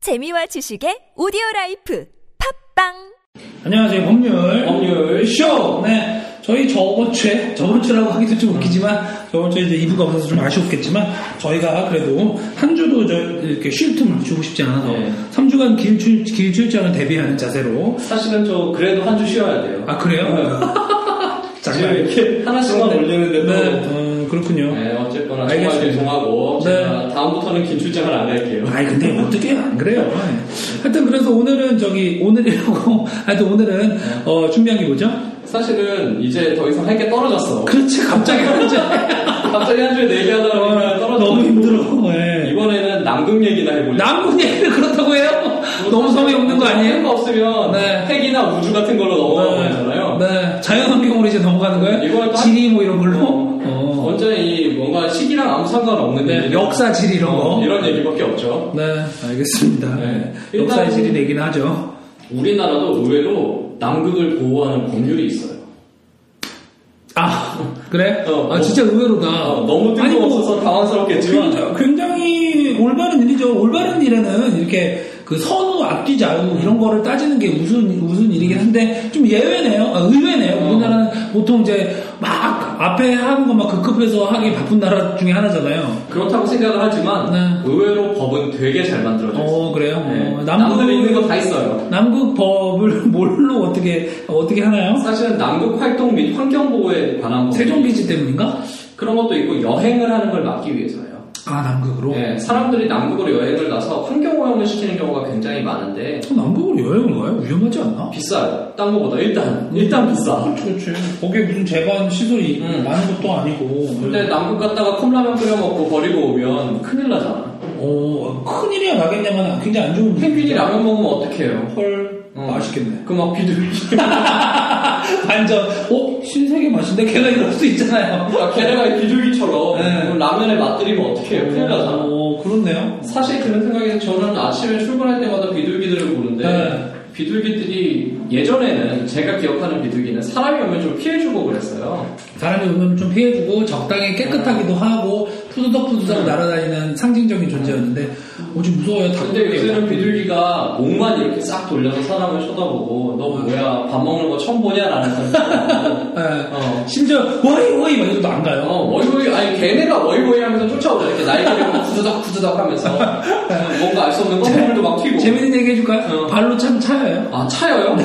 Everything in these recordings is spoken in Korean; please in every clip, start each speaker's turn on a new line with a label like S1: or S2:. S1: 재미와 지식의 오디오 라이프 팝빵
S2: 안녕하세요 법률
S3: 법률
S2: 쇼. 네 저희 저번 주에 저번 주라고 하기도 좀
S3: 음.
S2: 웃기지만 저번 주에 이제 이부가 없어서 좀 아쉬웠겠지만 저희가 그래도 한 주도 저 이렇게 쉴 틈을 주고 싶지 않아서
S3: 네.
S2: 3주간 길출 길출장을 대비하는 자세로
S3: 사실은 좀 그래도 한 주 쉬어야 돼요.
S2: 아 그래요?
S3: 지금
S2: 잠깐
S3: 이렇게 하나씩만 올리는데도
S2: 네 어, 그렇군요.
S3: 네, 어쨌거나 정말
S2: 알겠습니다.
S3: 죄송하고
S2: 네.
S3: 제가 다음부터는 긴 출장을 안 할게요.
S2: 아니 근데
S3: 음.
S2: 어떻게 안 그래요? 네. 하여튼 그래서 오늘은 저기 오늘이라고 하여튼 오늘은
S3: 네.
S2: 어, 준비한 게 뭐죠?
S3: 사실은 이제 더 이상 할 게 떨어졌어.
S2: 그렇지 갑자기 그렇지.
S3: 갑자기 한 주에 내기하다 보니까 떨어져. 네,
S2: 너무 힘들어. 예.
S3: 이번에는 남극 얘기나 해보려고.
S2: 남북 얘기를 그렇다고 해요? 너무 성의 없는 거 아니에요?
S3: 거 없으면
S2: 네.
S3: 핵이나 우주 같은 걸로 넘어가잖아요.
S2: 네. 자연환경으로 이제 넘어가는
S3: 이거는
S2: 거예요?
S3: 딱-
S2: 지리 뭐 이런 걸로? 어.
S3: 먼저 이 뭔가 시기랑 아무 상관 없는데
S2: 네, 역사 지리 이런 거.
S3: 이런 얘기밖에 없죠.
S2: 네, 알겠습니다.
S3: 네.
S2: 역사의
S3: 일단은-
S2: 지리 내긴 하죠.
S3: 우리나라도 의외로 남극을 보호하는 법률이 있어요.
S2: 아, 그래?
S3: 어,
S2: 아,
S3: 어.
S2: 진짜 의외로다.
S3: 어, 너무
S2: 아니, 뭐,
S3: 뜬금없어서 당황스럽겠지만
S2: 그렇죠. 굉장히, 굉장히 올바른 일이죠. 올바른 일에는 이렇게 그 선우 앞뒤 좌우 이런 거를 따지는 게 우선 우선 일이긴 한데 좀 예외네요. 아, 의외네요.
S3: 어.
S2: 우리나라는 보통 이제 막 앞에 하는 것만 급급해서 하기 바쁜 나라 중에 하나잖아요.
S3: 그렇다고 생각을 하지만
S2: 네.
S3: 의외로 법은 되게 잘 만들어져 있어요.
S2: 어 그래요.
S3: 네.
S2: 어,
S3: 남들이 있는 거 다 있어요.
S2: 남극 법을 뭘로 어떻게 어떻게 하나요?
S3: 사실은 남극 활동 및 환경 보호에
S2: 어.
S3: 관한 법
S2: 세종기지 때문인가?
S3: 그런 것도 있고 여행을 하는 걸 막기 위해서예요.
S2: 아 남극으로.
S3: 네, 사람들이 남극으로 여행을 가서 환경 오염을 시키는 경우가 굉장히 많은데
S2: 어, 남극으로 여행을 가요? 위험하지 않나?
S3: 비싸요. 딴 거보다 일단 일단 비싸.
S2: 그렇지. 거기에 무슨 재반 시설이
S3: 음.
S2: 많은 것도 아니고.
S3: 근데 남극 갔다가 컵라면 끓여 먹고 버리고 오면 큰일 나잖아.
S2: 어, 큰일이야 나겠냐면 굉장히 안 좋은
S3: 펭귄이 라면 먹으면 어떡해요?
S2: 헐
S3: 어.
S2: 맛있겠네
S3: 그 막 비둘기.
S2: 완전 어? 신세계 맛인데 걔가 이럴 수 있잖아요
S3: 그러니까 걔네가 비둘기처럼
S2: 네.
S3: 라면에 맛들이면 어떡해요? 큰일 나잖아.
S2: 어 그렇네요
S3: 사실 그런 생각에서 저는 아침에 출근할 때마다 비둘기들을 보는데
S2: 네.
S3: 비둘기들이 예전에는 제가 기억하는 비둘기는 사람이 오면 좀 피해주고 그랬어요.
S2: 사람이 오면 좀 피해주고 적당히 깨끗하기도 하고 푸드덕푸드덕 날아다니는 상징적인 존재였는데 어지 무서워요 다
S3: 근데 요새는 비둘기가 목만 이렇게 싹 돌려서 사람을 쳐다보고 너
S2: 네.
S3: 뭐야 밥 먹는 거 처음 보냐라는 사람.
S2: 예.
S3: 어.
S2: 심지어 워이 워이 막 이것도 안 가요
S3: 어, 워이워이, 아니, 걔네가 워이워이 하면서 쫓아오죠. 이렇게 날개를 막 구드덕, 구드덕 하면서. 뭔가 알 수 없는 껌물도 막 튀고.
S2: 네. 재밌는 얘기 해줄까요?
S3: 어.
S2: 발로 참 차요
S3: 아, 차요?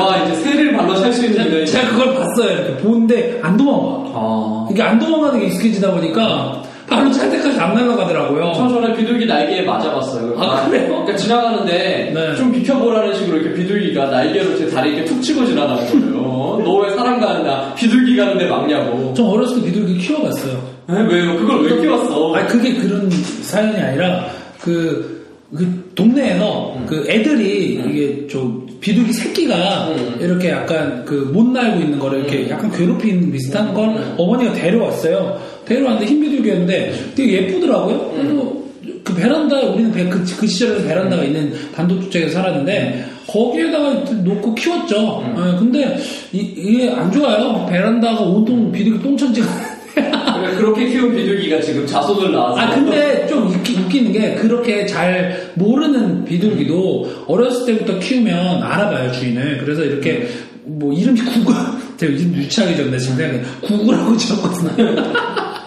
S3: 와, 이제 새를 발로 찰 수 있는 데
S2: 제가 그걸 봤어요 이렇게 보는데 안 도망가
S3: 아.
S2: 이게 안 도망가는 게 익숙해지다 보니까 발로 찰 때까지 안 날아가더라고요
S3: 저 전에 비둘기 날개에 맞아봤어요.
S2: 아, 그래요?
S3: 그러니까 지나가는데
S2: 네.
S3: 좀 비켜보라는 식으로 이렇게 비둘기가 날개로 제 다리 이렇게 툭 치고 지나가는 거예요. 어, 너 왜 사람 가는데 비둘기 가는데 막냐고.
S2: 전 어렸을 때 비둘기 키워봤어요.
S3: 에, 왜요? 그걸 왜 키웠어?
S2: 아 그게 그런 사연이 아니라 그, 그 동네에서
S3: 음.
S2: 그 애들이 이게 저 비둘기 새끼가
S3: 음.
S2: 이렇게 약간 그 못 날고 있는 거를 이렇게
S3: 음.
S2: 약간 괴롭히는 비슷한 걸 어머니가 데려왔어요. 데려왔는데 흰
S3: 음.
S2: 비둘기였는데 되게 예쁘더라고요. 그래서 그 베란다 우리는 배- 그, 그 시절에
S3: 음.
S2: 베란다가 있는 단독주택에서 살았는데 거기에다가 놓고 키웠죠.
S3: 음.
S2: 예, 근데 이- 이게 안 좋아요. 베란다가
S3: 음.
S2: 온통 비둘기 똥천지가
S3: 그래, 그렇게 키운 비둘기가 지금 자손을 낳아서.
S2: 아 근데 좀 웃기, 웃기는 게 그렇게 잘 모르는 비둘기도 어렸을 때부터 키우면 알아봐요 주인을 그래서 이렇게 뭐 이름이 구글 제가 이름 유치하기 전에 지금 생각해 구글하고 지었거든요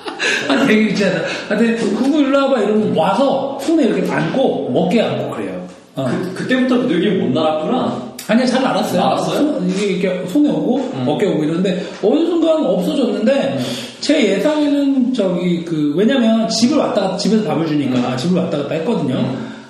S2: 아 되게 유치하다 하여튼 구글 일로 와봐 이러면 와서 손에 이렇게 안고 어깨에 안고 그래요 어.
S3: 그, 그때부터 비둘기 못 날았구나.
S2: 아니야 잘 알았어요. 음.
S3: 알았어요?
S2: 손- 이게 이렇게 손에 오고 어깨 에 오고 이러는데 어느 순간 없어졌는데 제 예상에는 저기 그 왜냐면 집을 왔다 갔다 집에서 밥을 주니까 집을 왔다 갔다 했거든요.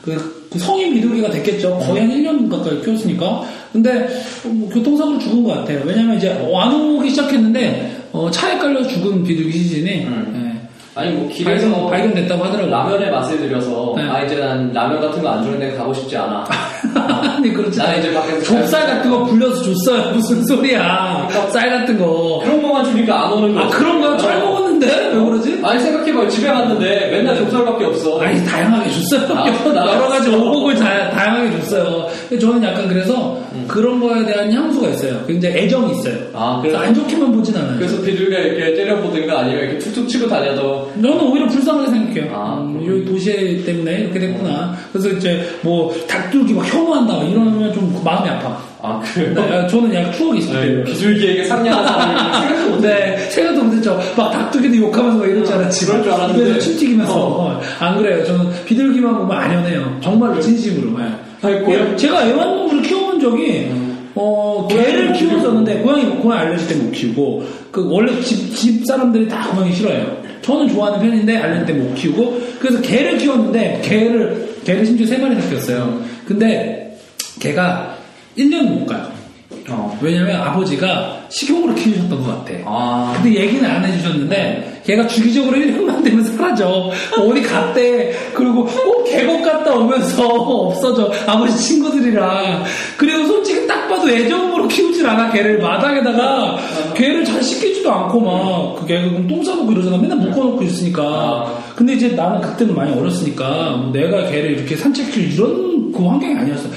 S2: 그, 그 성인 비둘기가 됐겠죠. 거의 한 1년 가까이 키웠으니까. 근데 뭐 교통사고로 죽은 것 같아요. 왜냐면 이제 안 오기 시작했는데 어, 차에 깔려 죽은 비둘기 시즌이
S3: 음.
S2: 예,
S3: 아니 뭐 길에서
S2: 발견, 발견됐다고 하더라고요.
S3: 라면에 맛을 들여서
S2: 네.
S3: 아 이제 난 라면 같은 거 안 주는 데 가고 싶지 않아.
S2: 아니 그렇지.
S3: 나 이제 밖에서
S2: 좁쌀
S3: 잘-
S2: 같은 거 불려서 줬어요. 무슨 소리야. 쌀 같은 거.
S3: 뭐 그런 거만 주니까 안 오는 거.
S2: 아 그런 거야? 잘 먹었는데 왜 그러지?
S3: 아니 생각해봐요 집에 갔는데 맨날 좁쌀밖에 없어
S2: 아니 다양하게 줬어요.
S3: 아,
S2: 여러 가지
S3: 나왔어.
S2: 오복을 다, 다양하게 줬어요. 근데 저는 약간 그래서 그런 거에 대한 향수가 있어요. 굉장히 애정이 있어요.
S3: 음. 아,
S2: 그래서
S3: 그래서-
S2: 안 좋게만 보진 않아요.
S3: 그래서 비둘기가 이렇게 째려보든가 아니면 이렇게 툭툭 치고 다녀도
S2: 저는 오히려 불쌍하게 생각해요.
S3: 아,
S2: 음,
S3: 그렇군요. 음.
S2: 이 도시 때문에 이렇게 됐구나. 그래서 이제 뭐 닭뚜기 막 혐오한다 이러면 좀 마음이 아파.
S3: 아 그래요?
S2: 네, 저는 약간 추억이 있어요.
S3: 네, 비둘기에게 상냥한 사람을 생각도 못해.
S2: 네, 생각도 못했죠. 막 닭두기도 욕하면서 막 이럴 줄 알았지.
S3: 그럴 줄 알았는데.
S2: 입에서 침 튀기면서.
S3: 어.
S2: 안 그래요. 저는 비둘기만 보면 안연해요. 정말로 진심으로. 예.
S3: 고양- 음.
S2: 제가 애완동물을 키워본 적이 어, 개를
S3: 고양이는
S2: 키웠었는데 고양이 고양 알레르기 때문에 못 키우고 그 원래 집, 집 사람들이 다 고양이 싫어해요. 저는 좋아하는 편인데 알레르기 때문에 못 키우고 그래서 개를 키웠는데 개를 개를 심지어 세 마리나 키웠어요. 근데 개가 1년 못 가요. 네.
S3: 어.
S2: 왜냐면 아버지가 식용으로 키우셨던 것 같아.
S3: 아.
S2: 근데 얘기는 안 해주셨는데 걔가 주기적으로 1년만 되면 사라져 뭐 어디 갔대 그리고 꼭 계곡 갔다 오면서 없어져 아버지 친구들이랑 그리고 솔직히 딱 봐도 애정으로 키우질 않아 걔를 마당에다가 걔를 잘 씻기지도 않고 막그 걔가 그럼 똥 싸고 그러잖아 맨날 묶어놓고 있으니까 근데 이제 나는 그때는 많이 어렸으니까 뭐 내가 걔를 이렇게 산책길 이런 그 환경이 아니었어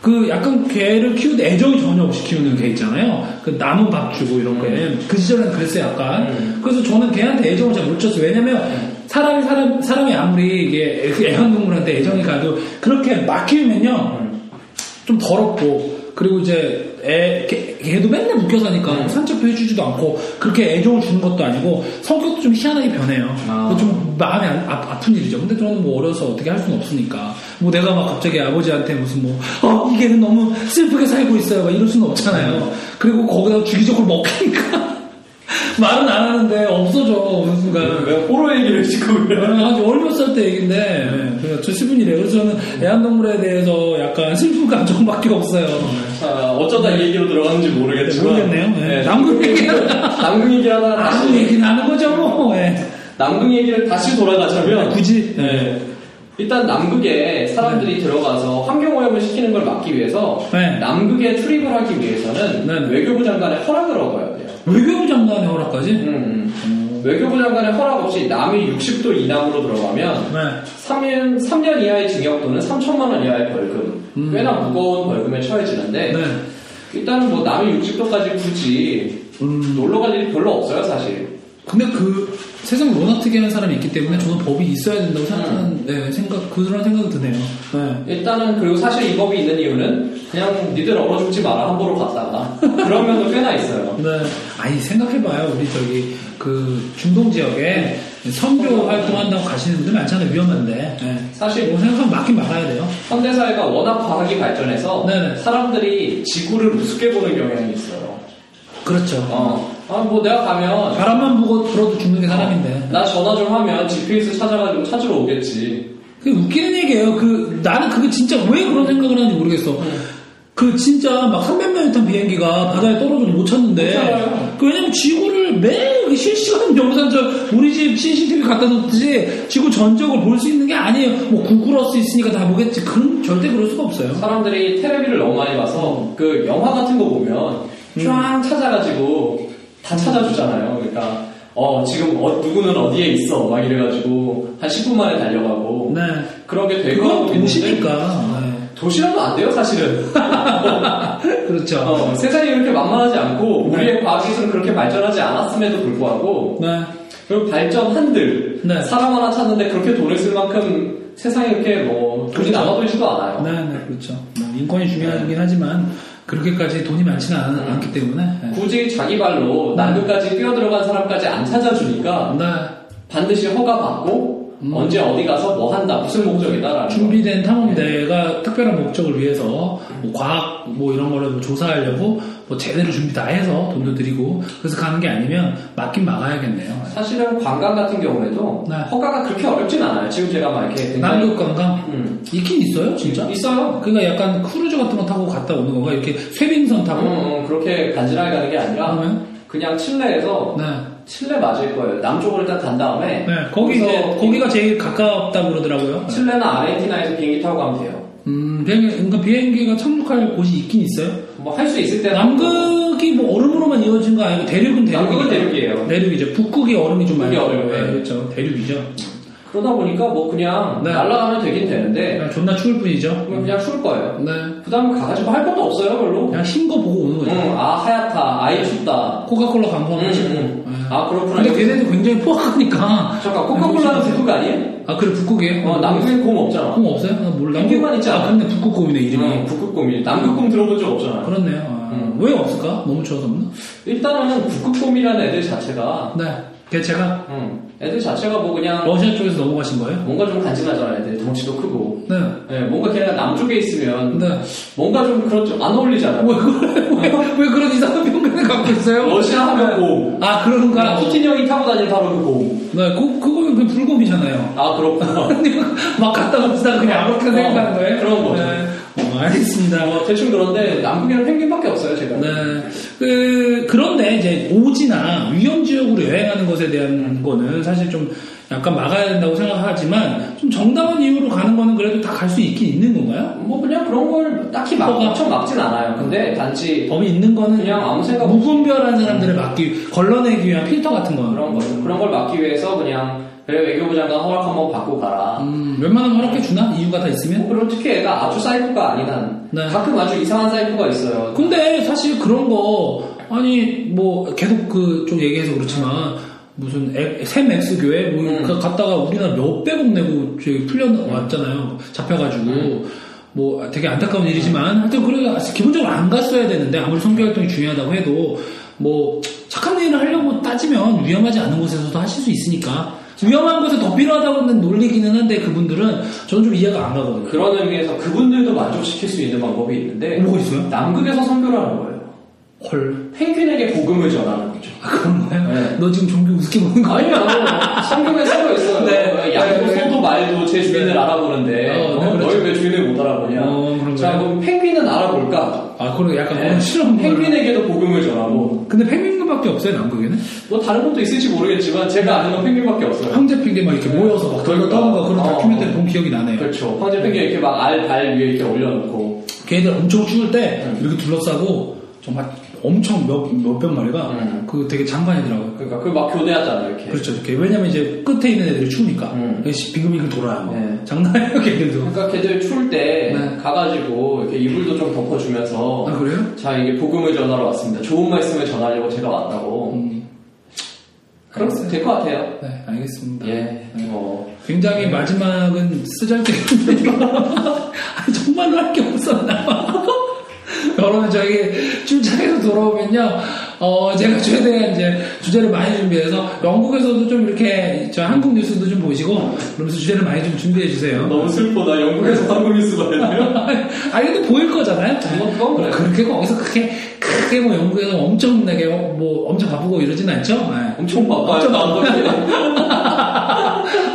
S2: 그 약간 개를 키우는데 애정이 전혀 없이 키우는 개 있잖아요. 그 남은 밥 주고 이런 거에 그 시절에는 그랬어요 약간. 그래서 저는 개한테 애정을 잘 못 줬어요. 왜냐면 사람이 사람 사람이 아무리 이게 애- 애완동물한테 애정이 가도 그렇게 막 키우면요 좀 더럽고 그리고 이제 애, 개, 개도 맨날 묶여 사니까 산책도 해주지도 않고 그렇게 애정을 주는 것도 아니고 성격도 좀 희한하게 변해요.
S3: 아.
S2: 그거 좀 마음이 안- 아, 픈 일이죠. 근데 저는 뭐 어려서 어떻게 할 수는 없으니까 뭐 내가 막 갑자기 아버지한테 무슨 뭐어 이게 너무 슬프게 살고 있어요 막 이럴 수는 없잖아요. 그리고 거기다 주기적으로 먹히니까 말은 안 하는데 없어져 어느 순간.
S3: 왜 호러 얘기를 지금 그래?
S2: 아주 얼마 살때 얘긴데 저 10분이래요. 그래서 저는 애완동물에 대해서 약간 슬픈 감정밖에 없어요.
S3: 아, 어쩌다 이 얘기로 들어갔는지 모르겠지만
S2: 모르겠네요. 네. 남궁 얘기-
S3: 남궁 얘기 하나
S2: 아무
S3: 다시
S2: 얘기는 하는 거죠 뭐. 예.
S3: 남궁 얘기를 다시 돌아가자면
S2: 굳이
S3: 네. 일단 남극에 사람들이 들어가서 환경오염을 시키는 걸 막기 위해서
S2: 네.
S3: 남극에 출입을 하기 위해서는
S2: 네.
S3: 외교부 장관의 허락을 얻어야 돼요.
S2: 외교부 장관의 허락까지?
S3: 음, 외교부 장관의 허락 없이 남이 60도 이남으로 들어가면
S2: 네.
S3: 3년, 3년 이하의 징역 또는 3천만 원 이하의 벌금
S2: 음.
S3: 꽤나 무거운 벌금에 처해지는데
S2: 네.
S3: 일단은 뭐 남이 60도까지 굳이
S2: 음.
S3: 놀러 갈 일이 별로 없어요 사실
S2: 근데 그 세상에 워낙특이한 사람이 있기 때문에 저는 법이 있어야 된다고 생각하는
S3: 음.
S2: 네, 생각 그런 생각이 드네요. 네.
S3: 일단은 그리고 사실 이 법이 있는 이유는 그냥 니들 얼어 죽지 마라 함부로 갔다가 그런 면도 꽤나 있어요
S2: 네. 아니 생각해봐요. 우리 저기 그 중동 지역에 선교 활동한다고 가시는 분들 많잖아요. 위험한데. 네.
S3: 사실
S2: 뭐 생각하면 맞긴 말아야 돼요.
S3: 현대사회가 워낙 과학이 발전해서
S2: 네네.
S3: 사람들이 지구를 우습게 보는 경향이 있어요
S2: 그렇죠.
S3: 어, 아, 뭐 내가 가면
S2: 바람만 보고 불어도 죽는 게 사람인데.
S3: 나 전화 좀 하면 GPS 찾아가지고 찾으러 오겠지.
S2: 그게 웃기는 얘기예요. 그 나는 그게 진짜 왜 그런 생각을 하는지 모르겠어.
S3: 네.
S2: 그 진짜 막 삼백 명이 탄 비행기가 바다에 떨어져도 못
S3: 못
S2: 찾는데
S3: 찾아요.
S2: 그 왜냐면 지구를 매일 그 실시간 영상 저 우리 집 CCTV 갖다 놓듯이 지구 전적을 볼 수 있는 게 아니에요. 뭐 구글어스 있으니까 다 보겠지. 그런 절대 그럴 수가 없어요.
S3: 사람들이 테레비를 너무 많이 봐서 그 영화 같은 거 보면
S2: 음.
S3: 쫙 찾아가지고 다 찾아주잖아요. 그러니까 어 지금 어, 누구는 어디에 있어 막 이래가지고 한 10분 만에 달려가고
S2: 네.
S3: 그런 게 되고
S2: 그건
S3: 하고 있는데
S2: 도시니까.
S3: 도시라도 안 돼요 사실은.
S2: 네. 그렇죠.
S3: 어, 세상이 그렇게 만만하지 않고 우리의 과학기술은 그렇게 발전하지 않았음에도 불구하고
S2: 네.
S3: 그리고 발전한들
S2: 네.
S3: 사람 하나 찾는데 그렇게 돈을 쓸 만큼 세상에 그렇게 뭐
S2: 그렇죠.
S3: 돈이 남아돌지도 않아요.
S2: 네, 네, 그렇죠. 인권이 중요하긴 하지만 그렇게까지 돈이 많지는 않, 않기 때문에. 네. 음.
S3: 굳이 자기 발로 남극까지 뛰어들어간 사람까지 안 찾아주니까
S2: 나
S3: 반드시 허가받고
S2: 음.
S3: 언제 어디 가서 뭐 한다 무슨 목적이다라는
S2: 준비된 탐험대가 특별한 목적을 위해서 뭐 과학 뭐 이런 거를 뭐 조사하려고 뭐 제대로 준비 다 해서 돈도 드리고 그래서 가는 게 아니면 맞긴 막아야겠네요.
S3: 거. 사실은 관광 같은 경우에도
S2: 네.
S3: 허가가 그렇게 어렵진 않아요. 지금 제가 막 이렇게 굉장히-
S2: 남극 관광
S3: 음.
S2: 있긴 있어요, 진짜.
S3: 있어요.
S2: 그러니까 약간 크루즈 같은 거 타고 갔다 오는 건가 이렇게 쇠빙선
S3: 음,
S2: 타고.
S3: 음, 그렇게 간지나게 가는 게 아니라
S2: 그러면?
S3: 그냥 칠레에서
S2: 네.
S3: 칠레 맞을 거예요. 남쪽으로 일단 간 다음에
S2: 네, 거기
S3: 거기서
S2: 이제 거기가 제일 가깝다고 그러더라고요.
S3: 칠레나 아르헨티나에서 비행기 타고 가면 돼요.
S2: 음, 비행기, 그러니까 비행기가 착륙할 곳이 있긴 있어요. 네,
S3: 뭐 할 수 있을 때
S2: 남극이 뭐 얼음으로만 이어진 거 아니고 대륙은 대륙이죠.
S3: 남극은 대륙이에요.
S2: 대륙이죠. 북극이 얼음이 좀 많이
S3: 북극이 얼음,
S2: 들어가요.
S3: 네.
S2: 그렇죠. 대륙이죠.
S3: 그러다 보니까 뭐 그냥
S2: 네.
S3: 날아가면 되긴 되는데
S2: 그냥 존나 추울 뿐이죠.
S3: 그냥, 그냥 쉴 거예요.
S2: 네.
S3: 네. 그다음 가가지고 할 것도 없어요 별로.
S2: 그냥 흰 거 보고 오는 거죠.
S3: 응, 아 하얗다, 아예 춥다.
S2: 코카콜라 광고
S3: 음,
S2: 한번 찍고.
S3: 음.
S2: 예.
S3: 아 그렇구나.
S2: 근데 걔네도 굉장히 포악하니까.
S3: 잠깐 코카콜라는 북극 아니에요?
S2: 아, 그래, 북극이에요?
S3: 어 남극에 곰 없잖아.
S2: 곰 없어요? 나 몰라.
S3: 남극만 있지 않아?
S2: 아, 근데 북극곰이네, 이름이.
S3: 응, 북극곰이. 남극곰 들어본 적 없잖아.
S2: 그렇네요. 아,
S3: 음.
S2: 왜 없을까? 너무 추워서 없나?
S3: 일단은 북극곰이라는 애들 자체가
S2: 네. 걔 제가
S3: 응, 애들 자체가 뭐 그냥
S2: 러시아 쪽에서 넘어가신 거예요?
S3: 뭔가 좀 간지나잖아 애들 덩치도 크고
S2: 네.
S3: 예, 뭔가 걔네가 남쪽에 있으면
S2: 네.
S3: 뭔가 좀 그런 좀안 어울리잖아 뭐
S2: 왜, 그래? 왜, 왜 그런 이상한 병간을 갖고 있어요?
S3: 러시아 하면 뭐. 곰
S2: 아, 그런가?
S3: 그러니까 푸틴 형이 타고 다니는 바로 그 곰.
S2: 네, 그, 그거는 그냥 불곰이잖아요.
S3: 아 그렇구나.
S2: 아니, 막 갔다 오시다 그냥 아무렇게 생각하는 거예요?
S3: 어, 그런 거죠.
S2: 네. 어, 알겠습니다.
S3: 어, 대충 그런데 남극에는 펭귄밖에 없어요 제가.
S2: 네. 그, 그런데 이제 오지나 위험지역으로 여행하는 것에 대한 거는 사실 좀 약간 막아야 된다고 생각하지만 좀 정당한 이유로 가는 거는 그래도 다 갈 수 있긴 있는 건가요?
S3: 뭐 그냥 그런 걸 딱히 막
S2: 뭐가?
S3: 엄청 막진 않아요. 근데 단지
S2: 법이 있는 거는
S3: 그냥 아무 생각 없이
S2: 무분별한 사람들을 막기 위- 걸러내기 위한 필터 같은 거예요.
S3: 그런 걸 그런 걸 막기 위해서 그냥 그래 외교부 장관 허락 한번 받고 가라.
S2: 음, 웬만하면 허락해 주나? 이유가 다 있으면?
S3: 뭐 그리고 특히 애가 아주 사이코가 아닌 한
S2: 네.
S3: 가끔 아주 이상한 사이코가 있어요.
S2: 근데 사실 그런 거 아니 뭐 계속 그 좀 얘기해서 그렇지만 무슨 엑- 샘 엑스 교회 뭐
S3: 음.
S2: 가- 갔다가 우리나라 몇백억 내고 저기 풀려왔잖아요 잡혀가지고 뭐 되게 안타까운 일이지만 하여튼 그래도 기본적으로 안 갔어야 되는데 아무리 선교 활동이 중요하다고 해도 뭐 착한 일을 하려고 따지면 위험하지 않은 곳에서도 하실 수 있으니까 위험한 곳에 더 필요하다고는 놀리기는 한데 그분들은 저는 좀 이해가 안 가거든요.
S3: 그런 의미에서 그분들도 만족시킬 수 있는 방법이 있는데
S2: 뭐가 있어요?
S3: 남극에서 선교를 하는 거예요.
S2: 헐
S3: 펭귄에게 복음을 전하는 거죠.
S2: 그런 거야?
S3: 네.
S2: 너 지금 종교 우습게 보는 거야?
S3: 아니요. 성경에 써져 있어요.
S2: 네.
S3: 야구
S2: 네.
S3: 소도 말도 제 주인을 알아보는데
S2: 어, 네,
S3: 어, 너희 왜 주인을 못 알아보냐?
S2: 어, 그런
S3: 자
S2: 거예요.
S3: 그럼 펭귄은 알아볼까?
S2: 아, 그런 약간
S3: 네.
S2: 그런 실험.
S3: 펭귄에게도 복음을 전하고
S2: 근데 펭귄밖에 없어요 남극에는?
S3: 뭐 다른 것도 있을지 모르겠지만 제가 아는 건 펭귄밖에 없어요.
S2: 황제 펭귄 막 이렇게 모여서 막 덜덜 떠는 거 그런
S3: 어.
S2: 다큐멘터리 본 기억이 아. 나네요.
S3: 그렇죠. 황제 펭귄 이렇게 막 알 발 위에 이렇게 올려놓고
S2: 걔들 엄청 추울 때 이렇게 둘러싸고 정말 엄청 몇 몇백 마리가
S3: 음.
S2: 그 되게 장관이더라고요.
S3: 그러니까 그 막 교대하잖아요 이렇게.
S2: 그렇죠. 이렇게 왜냐면 이제 끝에 있는 애들이 추우니까
S3: 음.
S2: 그래서 빙글빙글 돌아요. 막.
S3: 네.
S2: 장난해요 걔들도.
S3: 그러니까 걔들 추울 때
S2: 네.
S3: 가가지고 이렇게 이불도 좀 덮어주면서
S2: 아 그래요?
S3: 자 이게 복음을 전하러 왔습니다. 좋은 말씀을 전하려고 제가 왔다고.
S2: 음.
S3: 그럼 될것 같아요.
S2: 네 알겠습니다. 네.
S3: 예. 뭐
S2: 굉장히 마지막은 쓰잘데없는데 아니, 정말로 할 게 없었나 봐. 여러분 저기 출장에서 돌아오면요, 어, 제가 최대한 이제 주제를 많이 준비해서 영국에서도 좀 이렇게 저 한국 뉴스도 좀 보시고 그러면서 주제를 많이 좀 준비해 주세요.
S3: 너무 슬퍼다. 영국에서 한국 뉴스 봐야 돼요.
S2: 아니 근데 보일 거잖아요.
S3: 뭐, 그건 그래요.
S2: 그렇게 거기서 크게 크게 뭐 영국에서 엄청나게 뭐 엄청 바쁘고 이러진 않죠. 네.
S3: 엄청 바빠요. 아, 나온 거지.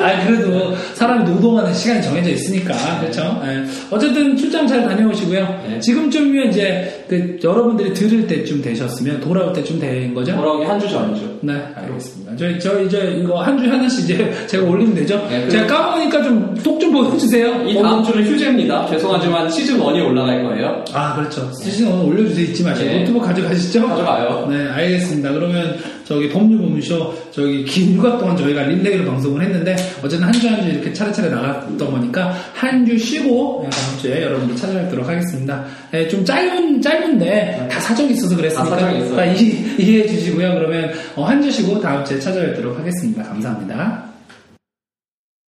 S2: 아 그래도 사람이 노동하는 시간이 정해져 있으니까 그렇죠. 예. 어쨌든 출장 잘 다녀오시고요.
S3: 네.
S2: 지금쯤이면 이제 그 여러분들이 들을 때쯤 되셨으면 돌아올 때쯤 된 거죠.
S3: 돌아온 게 한 주 전이죠.
S2: 네, 알겠습니다. 저희 저 이제 이거 한 주에 하나씩 이제 제가 올리면 되죠.
S3: 네, 그럼-
S2: 제가 까먹으니까 좀 톡 좀 보여주세요.
S3: 이 다음 주는 휴재입니다. 죄송하지만 시즌 1이 올라갈 거예요.
S2: 아 그렇죠. 시즌 오늘 올려주세요. 잊지 마시고
S3: 네.
S2: 노트북 가져가시죠.
S3: 가져가요.
S2: 네, 알겠습니다. 그러면 저기 법률고문쇼 저기 긴 휴가 동안 저희가 릴레이로 방송을 했는데 어쨌든 한 주 한 주 이렇게 차례차례 나갔던 거니까 한 주 쉬고 네, 다음 주에 여러분들 찾아뵙도록 하겠습니다. 네, 좀 짧은 짧은데 다 사정이 있어서 그랬으니까
S3: 다 사정이 있어요.
S2: 다 이해, 이해해 주시고요. 그러면 어, 한 주 쉬고 다음 주에 찾아뵙도록 하겠습니다. 감사합니다.